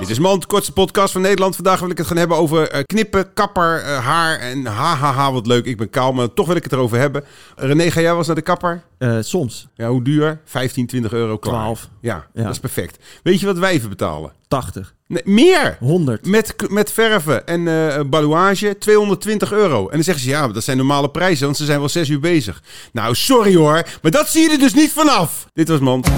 Dit is Mand, kortste podcast van Nederland. Vandaag wil ik het gaan hebben over eh, knippen, kapper, eh, haar en hahaha, wat leuk. Ik ben kaal, maar toch wil ik het erover hebben. Eh, René, ga jij wel eens naar de kapper? Eh, soms Ja, hoe duur? 15, 20 euro klaar. 12. Ja, Ja. dat is perfect. Weet je wat wijven betalen? 80, Nee, meer! 100. Met, k- met verven en eh balouage 220 euro. En dan zeggen ze, ja, maar dat zijn normale prijzen, want ze zijn wel 6 uur bezig. Nou, sorry hoor, maar dat zie je er dus niet vanaf. Dit was Mand.